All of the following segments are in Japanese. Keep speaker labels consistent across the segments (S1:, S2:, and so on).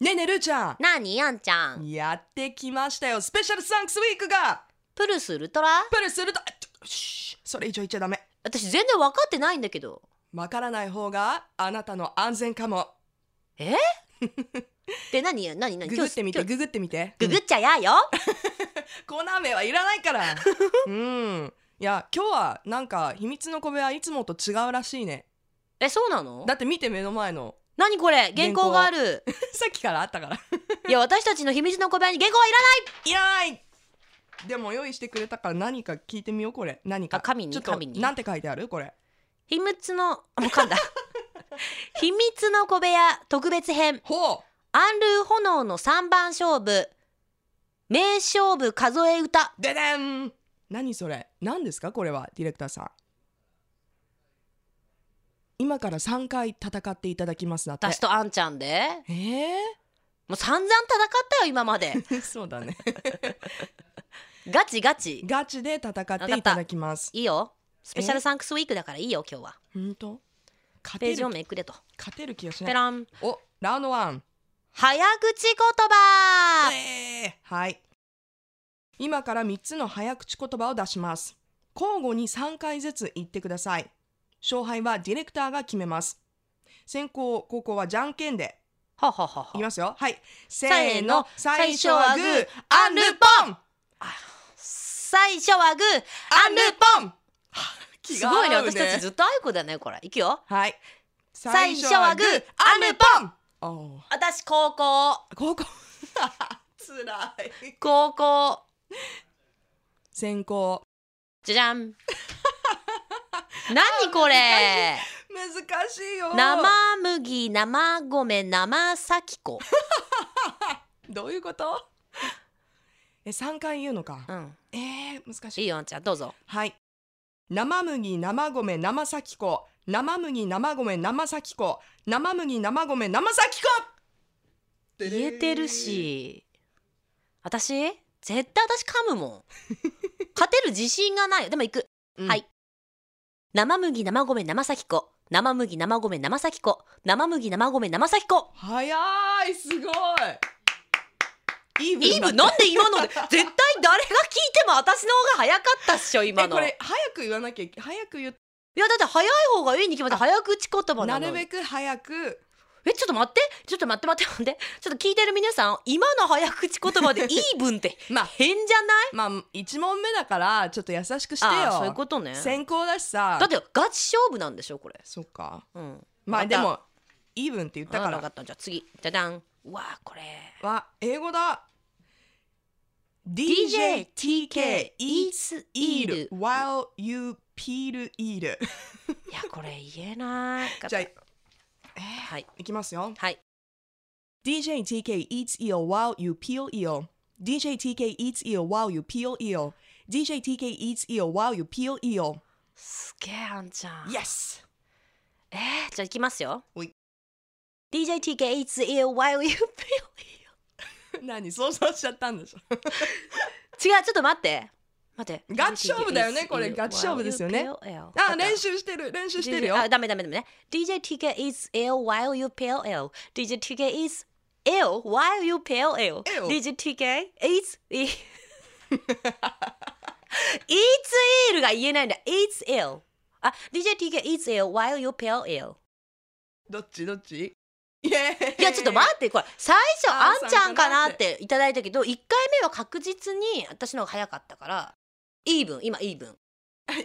S1: ねえねえるーちゃ
S2: なあにやんちゃん
S1: んやってきましたよスペシャルサンクスウィークが
S2: プルスウルトラ
S1: プルするとあちょしそれ以上言っちゃダメ
S2: 私全然分かってないんだけど
S1: わからない方があなたの安全かも
S2: で何や何何
S1: ググってみて
S2: 今日
S1: ググってみて
S2: ググっちゃやよ
S1: コーナー名はいらないから うんいや今日はなんか秘密の小部屋いつもと違うらしいね
S2: えそうなの
S1: だって見て目の前の
S2: 何これ
S1: 原
S2: 原
S1: 稿
S2: 稿が ある
S1: さっきからあったから
S2: いや私たちの秘密の小部屋に原稿はいらない
S1: いらないでも用意してくれたから何か聞いてみようこれ何か
S2: あ紙に
S1: ちょっと
S2: 紙に
S1: なんて書いてあるこれ
S2: 秘密のもう 噛んだ秘密の小部屋特別編
S1: ほ
S2: アンルー炎の三番勝負名勝負数え歌
S1: うででん何それ何ですかこれはディレクターさん今から3回戦っていただきますだって
S2: 私とあんちゃんで
S1: ええ
S2: もう散々戦ったよ今ま で
S1: ーそうだね
S2: ガチガチ
S1: ガチで戦っていただきます
S2: いいよスペシャルサンクスウィークだからいいよ今日は
S1: 本当勝
S2: ペ
S1: て
S2: ージを
S1: る
S2: めくれと
S1: 勝てる気がしな
S2: ペ
S1: い
S2: ラン
S1: おラウンドワン
S2: 早口言葉
S1: えーはい今から3つの早口言葉を出します交互に3回ずつ言ってください勝敗はディレクターが決めます先攻後攻はじゃんけんで
S2: ははははい
S1: きますよはいせー
S2: ー
S1: の
S2: の
S1: 最初はグーアンルポン
S2: 最初はグー
S1: ア
S2: ア
S1: ン
S2: ン
S1: ル
S2: ル
S1: ポン
S2: すごいね
S1: 気が合う
S2: 私たちずっとあいこだねこれいくよ
S1: はい
S2: 最初はグー
S1: ア
S2: ア
S1: ン
S2: ン
S1: ル
S2: ル
S1: ポンおー
S2: 私高校
S1: 高 校つらい
S2: 高校
S1: 先攻
S2: じゃじゃん 何これ
S1: 難しいよ
S2: 生麦生米生咲子
S1: どういうことえ三回言うのか
S2: うん
S1: えー、難し
S2: い
S1: い
S2: いよあんちゃんどうぞ
S1: はい生麦生米生咲子生麦生米生咲子生麦生米生咲子
S2: 言えてるし私絶対私噛むも ん勝てる自信がないでも行く
S1: うん
S2: はい生麦生米生咲子生麦生米生咲子生麦生米生咲子
S1: 早いすごいイーブ
S2: イーブ
S1: になっ
S2: なんで今ので絶対誰が聞いても私の方が早かったっしょ
S1: た
S2: 今
S1: えこ
S2: のい
S1: れ早く言わなきゃいけ早く言っ
S2: やだって早い方がいいに決まって早口言葉
S1: な
S2: なの
S1: る
S2: に
S1: べく早く
S2: えちょっと待ってちょっと待って待って待ってちょっと聞いてる皆さん今の早口 言葉でイーブンって
S1: まあ
S2: 変じゃない
S1: まあ一問目だからちょっと優しくしてよ
S2: あーそういうことね
S1: 先行だしさ
S2: だってガチ勝負なんでしょこれ
S1: そっか
S2: うん
S1: まあ
S2: わか
S1: で
S2: った
S1: もイーブンって言ったか
S2: あ
S1: ら
S2: わかったじゃあ次じゃじゃんうわこれ
S1: は英語だ
S2: DJTK eats
S1: eat
S2: eat
S1: while you peel eat
S2: いやこれ言えなかった
S1: じゃあ
S2: はい
S1: いきますよ
S2: はい
S1: DJTK eats eel while you peel eel DJTK eats eel while you peel eel DJTK eats eel while you peel eel
S2: すげえあんちゃん
S1: Yes
S2: えー、じゃあいきますよ
S1: おい
S2: DJTK eats ear while you peel
S1: 何想像しちゃったんでしょ
S2: 違うちょっと待って待って
S1: ガチ勝負だよねこれ
S2: DJTK eats ear
S1: ガチ勝負ですよね
S2: while you peel ear
S1: あ練習してる練習してるよ
S2: あダメダメダメね DJTK eats ear while you peel ear DJTK eats ear while you peel ear
S1: Ew
S2: DJTK eats ear eats ear が言えないんだ eats ear あ DJTK eats ear while you peel ear
S1: どっちどっちいや
S2: いやちょっと待ってこれ最初
S1: あ
S2: あ
S1: ー
S2: んちゃんか
S1: さんかな
S2: な
S1: っ
S2: ってていただいたけど1回目は確実に私の方が早かったからイーブン今イーブン
S1: って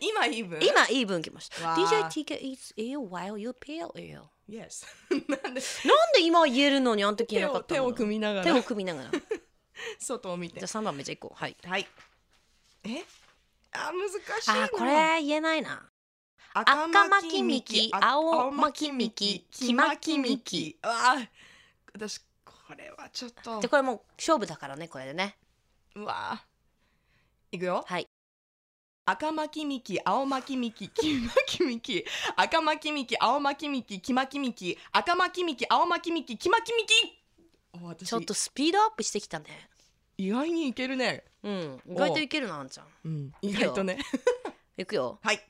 S1: 今イーブン
S2: 今イーブンきました
S1: わー
S2: DJTK eats ear while you peel ear
S1: Yes なんで
S2: なんで今は言えるのにあん時言え
S1: 手
S2: なか
S1: を
S2: った
S1: 手
S2: の
S1: を組みなが
S2: 手
S1: ら
S2: を組みながらじゃ
S1: 外を見て
S2: あ3番目じゃあ行こうはい
S1: はい。え？あ難しいな。
S2: あーこれ言えないな
S1: 赤巻きみ
S2: 赤巻きみ
S1: き
S2: き、
S1: 青
S2: 青
S1: 巻
S2: 巻
S1: き
S2: き
S1: み
S2: み
S1: き
S2: き、
S1: 黄
S2: 黄
S1: 巻
S2: 巻
S1: きみ
S2: きみ
S1: き
S2: き。
S1: うわあ、私これはちょっと
S2: でこれもう勝負だからねこれでね
S1: うわあ。いくよ。
S2: はい
S1: 赤巻きみき、青巻きみき、黄巻きみき、赤巻きみき、青巻きみき、黄巻きみき、赤巻きみき、青巻きみき、黄巻きみき。お私
S2: ちょっとスピードアップしてきたね
S1: 意外にいけるね。
S2: うん意外といけるなあんちゃん
S1: うん、意外とね。
S2: いくよ
S1: はい。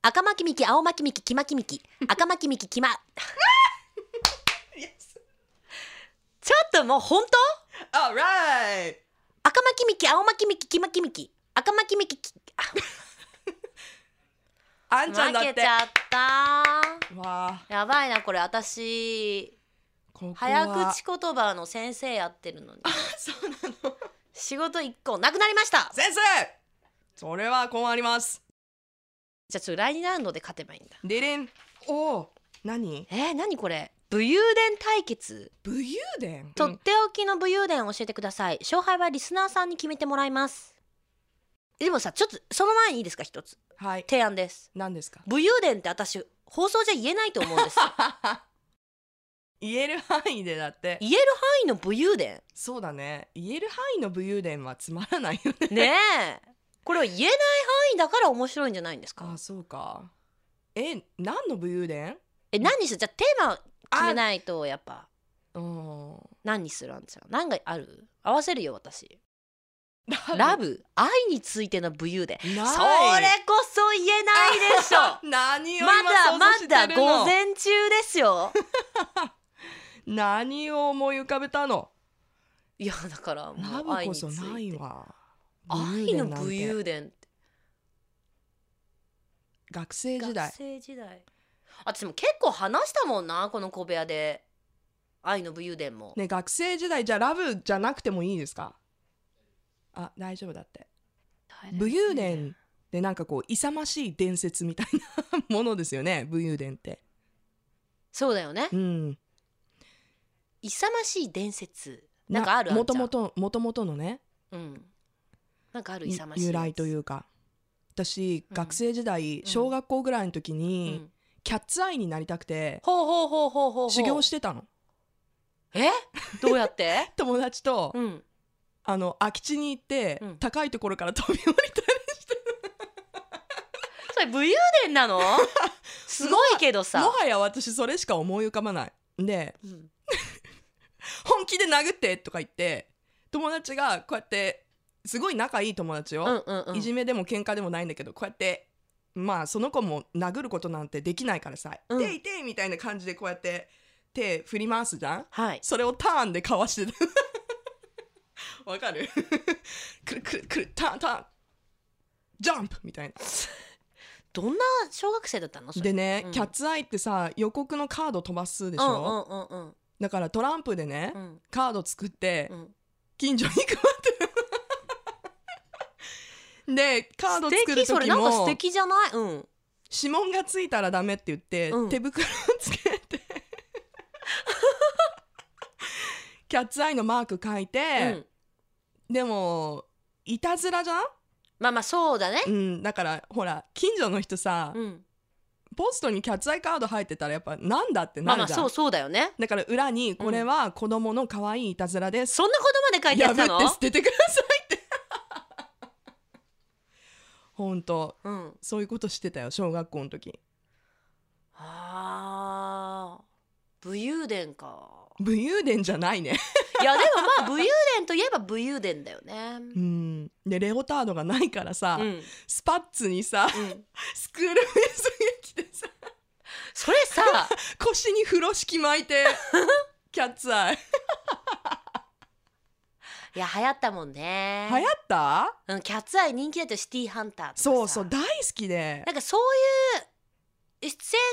S2: 赤巻きみき青巻きみき黄巻きみき赤巻きみき黄巻
S1: Yes
S2: ともう本当
S1: Alright!
S2: 赤巻みき青巻みき黄巻みき赤巻みききあ
S1: あんちゃんだっ
S2: 負け
S1: て。
S2: ちゃった
S1: わあ、
S2: やばいなこれ私
S1: ここは
S2: 早 口言葉の先生やってるのに
S1: そうなの。
S2: 仕事一個なくなりましたじゃ
S1: 先生それは困ります。
S2: あちょっと来年ラウンドで勝てばいいんだ
S1: デレン。おお、何
S2: えー、何これ武勇伝対決
S1: 武勇伝
S2: とっておきの武勇伝を教えてください、勝敗はリスナーさんに決めてもらいますでもさちょっとその前にいいですか一つ
S1: はい。
S2: 提案です
S1: 何ですか
S2: 武勇伝って私放送じゃ言えないと思うんです
S1: 言える範囲でだって。
S2: 言える範囲の武勇伝
S1: そうだね。言える範囲の武勇伝はつまらないよね。
S2: ねえこれを言えない範囲だから面白いんじゃないんですか
S1: あ、そうか。え、何の武勇伝
S2: え何にするじゃあテーマ決めないとやっぱ
S1: うん。
S2: 何にするあんちゃん何がある合わせるよ私
S1: ラ
S2: ラブ愛についての武勇伝
S1: ない
S2: それこそ言えないでしょ
S1: 何を
S2: まだ
S1: 今想像
S2: ま
S1: して
S2: だ
S1: るの
S2: 午前中ですよ
S1: 何を思い浮かべたの
S2: いやだから
S1: ラ
S2: もう
S1: ブ
S2: 愛
S1: こ
S2: につ
S1: そないい
S2: て
S1: わ
S2: 愛の
S1: なんて
S2: 武勇伝って
S1: 学生時代
S2: 学生時代私も結構話したもんなこの小部屋で愛の武勇伝も、
S1: ね学生時代じゃあラブじゃなくてもいいですかあ大丈夫だって武勇伝でなんかこう勇ましい伝説みたいなものですよね武勇伝って
S2: そうだよね
S1: うん
S2: 勇ましい伝説なんかあるあんちゃ
S1: もと
S2: ん
S1: もともともとのね
S2: うんなんかある
S1: い
S2: 勇ましい、
S1: 由来といううか私、
S2: うん
S1: 学生時代
S2: ん
S1: 小学校ぐらいの時
S2: う
S1: に、
S2: ん、
S1: キャッツアイになりたくて
S2: ほうほうほうほうほうほう
S1: 修行してたの
S2: えどうやって
S1: 友達と、
S2: うん
S1: あの空き地に行って、
S2: うん
S1: 高いところから飛び降りた
S2: それ武勇伝 なのすごいけどさ
S1: もはや私それしか思い浮かばないで
S2: うん
S1: 「本気で殴って!」とか言って友達がこうやってすごい仲いい友達
S2: うん
S1: よ、
S2: うんうん
S1: いじめでも喧嘩でもないんだけどこうやってまあその子も殴ることなんてできないからさ「
S2: うん
S1: ていてい」みたいな感じでこうやって手振り回すじゃん
S2: はい
S1: それをターンでかわしてた わかる くるくるくるターンターンジャンプみたいな
S2: どんな小学生だったのそれ
S1: でね、
S2: うん
S1: キャッツアイってさ予告のカード飛ばすでしょ、
S2: うんうんうん
S1: だからトランプでね、
S2: うん
S1: カード作って
S2: うん
S1: 近所に配ってる でカード作る
S2: 素敵それ
S1: 時
S2: なんか素
S1: も
S2: 敵じゃないうん
S1: 指紋がついたらダメって言って、
S2: うん
S1: 手袋をつけて キャッツアイのマーク書いうて
S2: ん、
S1: でもいたずらじゃん、
S2: まあまあそうだね
S1: うん、だからほら近所の人さ、
S2: うん
S1: ポストにキャッツアイカード入ってたらやっぱなんだって
S2: ま
S1: な
S2: あ
S1: る
S2: まあ
S1: じゃん、
S2: そうそうだよね
S1: だから裏にこれは子供の可愛いいたずらです、
S2: そんなことまで書いてあ
S1: 破
S2: ったの
S1: って捨ててくださいって本当
S2: うん
S1: そういうことしてたよ小学校の時
S2: あー武勇伝か
S1: 武勇伝じゃないね
S2: いやでもまあ武勇伝といえば武勇伝だよね
S1: うんでレオタードがないからさ、
S2: うん、うん、
S1: スパッツにさスクールベースが着てさ
S2: それさ
S1: 腰に風呂敷巻い てキャッツアイ
S2: いや流行ったもんね
S1: 流行った
S2: うん、キャッツアイ人気だとシティーハンターとかさ
S1: そうそう大好きで
S2: なんかそういう出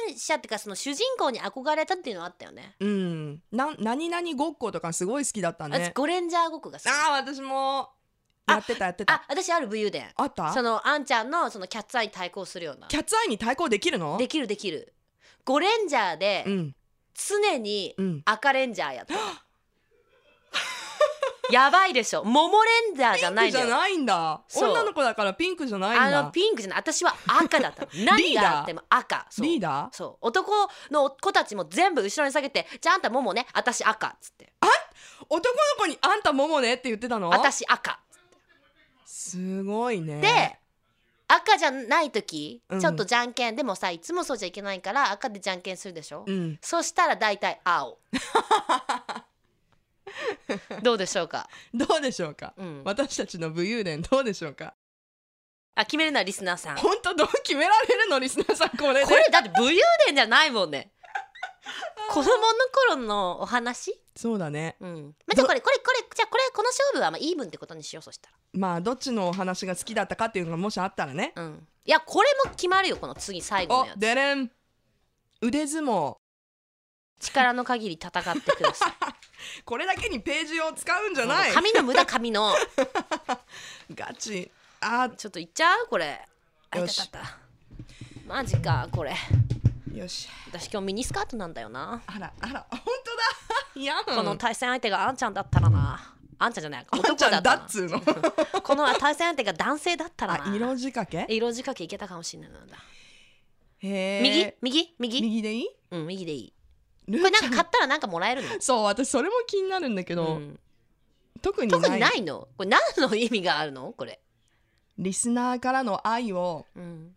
S2: 演者っていうかその主人公に憧れたっていうのはあったよね
S1: うんなん何々ごっことかすごい好きだった
S2: 私
S1: ね
S2: ゴレンジャーごっこが好き
S1: ああ私もやってたやってた
S2: あ私ある武勇伝
S1: あった
S2: そのあんちゃんのそのキャッツアイに対抗するような
S1: キャッツアイに対抗できるの
S2: できるできるゴレンジャーで
S1: うん
S2: 常に
S1: うん
S2: 赤レンジャーやった、 やばいでしょ桃レンジャーじゃない
S1: ピン
S2: ん
S1: ク
S2: だ
S1: じ
S2: よ
S1: ゃないんだ
S2: そう
S1: 女の子だからピンクじゃないん
S2: あの
S1: だ
S2: ピンクじゃない私は赤 だったの何があっても赤そう
S1: リーダー
S2: そう男の子たちも全部後ろに下げて「じゃああんた桃ね私赤」っつって
S1: 男の子に「あんたモモね」って言ってた
S2: 「
S1: の
S2: 私赤
S1: すごいね」
S2: で赤じゃない時
S1: うん
S2: ちょっとじゃんけん、でもさいつもそうじゃいけないから赤でじゃんけんするでしょ、
S1: うん
S2: そしたら大体 青どうでしょうか、
S1: どうでしょうか
S2: うん、
S1: 私たちの武勇伝どうでしょうか
S2: あ決めるのはリスナーさんこ
S1: 本当どう決められるのリスナーさんこれで
S2: れだって武勇伝じゃないもんね子供の頃のお話
S1: そうだね
S2: うんまあ、じゃあこれこれこれじゃあこれこの勝負はまあイーブンってことにしようそした
S1: まあどっちのお話が好きだったかっていうのがもしあったらね
S2: らうんいやこれも決まるよこの次最後
S1: お
S2: のやつ
S1: でれん腕相撲
S2: 力の限り戦ってください
S1: これだけにページを使うんじゃない
S2: 紙の無駄紙の
S1: ガチあ
S2: ちょっといっちゃうこれあ
S1: よ
S2: い
S1: した
S2: たたマジかこれ
S1: よし
S2: 私今日ミニスカートなんだよな
S1: あらあら本当だいやん
S2: この対戦相手があんちゃんだったらなあんちゃんじゃない
S1: あ
S2: 男
S1: んちゃ
S2: だっ
S1: んだ
S2: た
S1: っ
S2: な
S1: つうの
S2: この対戦相手が男性だったら
S1: あ
S2: な
S1: 色仕掛け
S2: 色仕掛けいけたかもしれないなんだ
S1: へえ
S2: 右右右
S1: 右でいい
S2: うん右でいい
S1: ル
S2: こ
S1: ー
S2: れ
S1: ち
S2: なん
S1: ゃ
S2: か
S1: ん
S2: 買ったらなんかもらえるの
S1: そう私それも気になるんだけど、
S2: うん
S1: 特にない
S2: 特にないのこれ何の意味があるのこれ、
S1: リスナーからの愛を
S2: うん、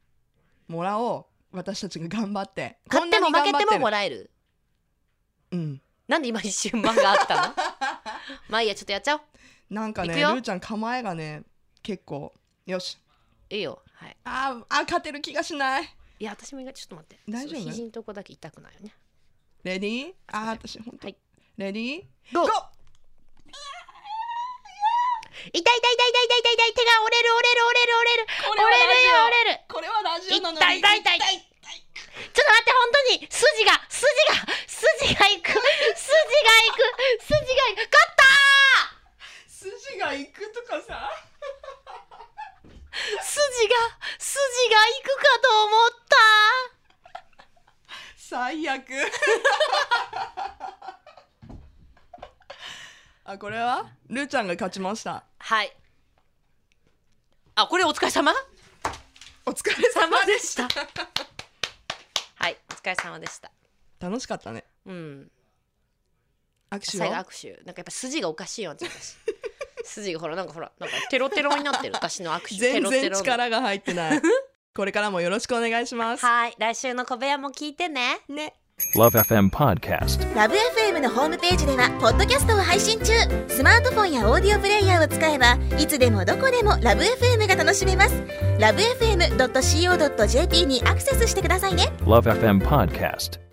S1: もらおう私たちが頑張って
S2: 買っても負けてもも
S1: ら
S2: らえる
S1: うん
S2: なんで今一瞬間があったの まあいいやちょっとやっちゃおう
S1: なんかね
S2: い
S1: ル
S2: くよ
S1: ーちゃん構えがね結構よし
S2: いいよはい
S1: あーあー勝てる気がしない
S2: いや私も意外ちょっと待って
S1: 大丈夫
S2: そう肘のとこだけ痛くないよね
S1: レディーあー
S2: はい
S1: 私本当、
S2: はい
S1: レディー
S2: ゴー
S1: ゴー
S2: 痛い痛い痛い痛い痛い痛い痛い手が折れる折れる折れる折れる
S1: こ
S2: 折れるよ折れる
S1: これはラジオなのに
S2: 痛い痛い痛い
S1: 痛い
S2: ちょっと待って本当に筋が筋が筋がいく筋がいく筋がいく勝った
S1: 筋が行くとかさ
S2: ー筋が筋がいくかと思った
S1: 最悪 あこれはルーちゃんが勝ちました
S2: はいあこれお疲れ様
S1: お疲れ様でした
S2: はいお疲れ様でした
S1: 楽しかったね
S2: うん
S1: 握手
S2: 最後
S1: を
S2: 握手なんかやっぱ筋がおかしいよ私 筋がほらなんかほらなんかテロテロになってる私の握手テ
S1: 全
S2: ロテ
S1: 然
S2: ロの
S1: 力が入ってないこれからもよろしくお願いします
S2: はい来週の小部屋も聞いてね
S1: ね
S3: Love FM Podcast.
S4: ラブ f m のホームページではポッドキャストを配信中スマートフォンやオーディオプレイヤーを使えばいつでもどこでもラブ f m が楽しめますラブ FM.co.jp にアクセスしてくださいね
S3: Love FM Podcast.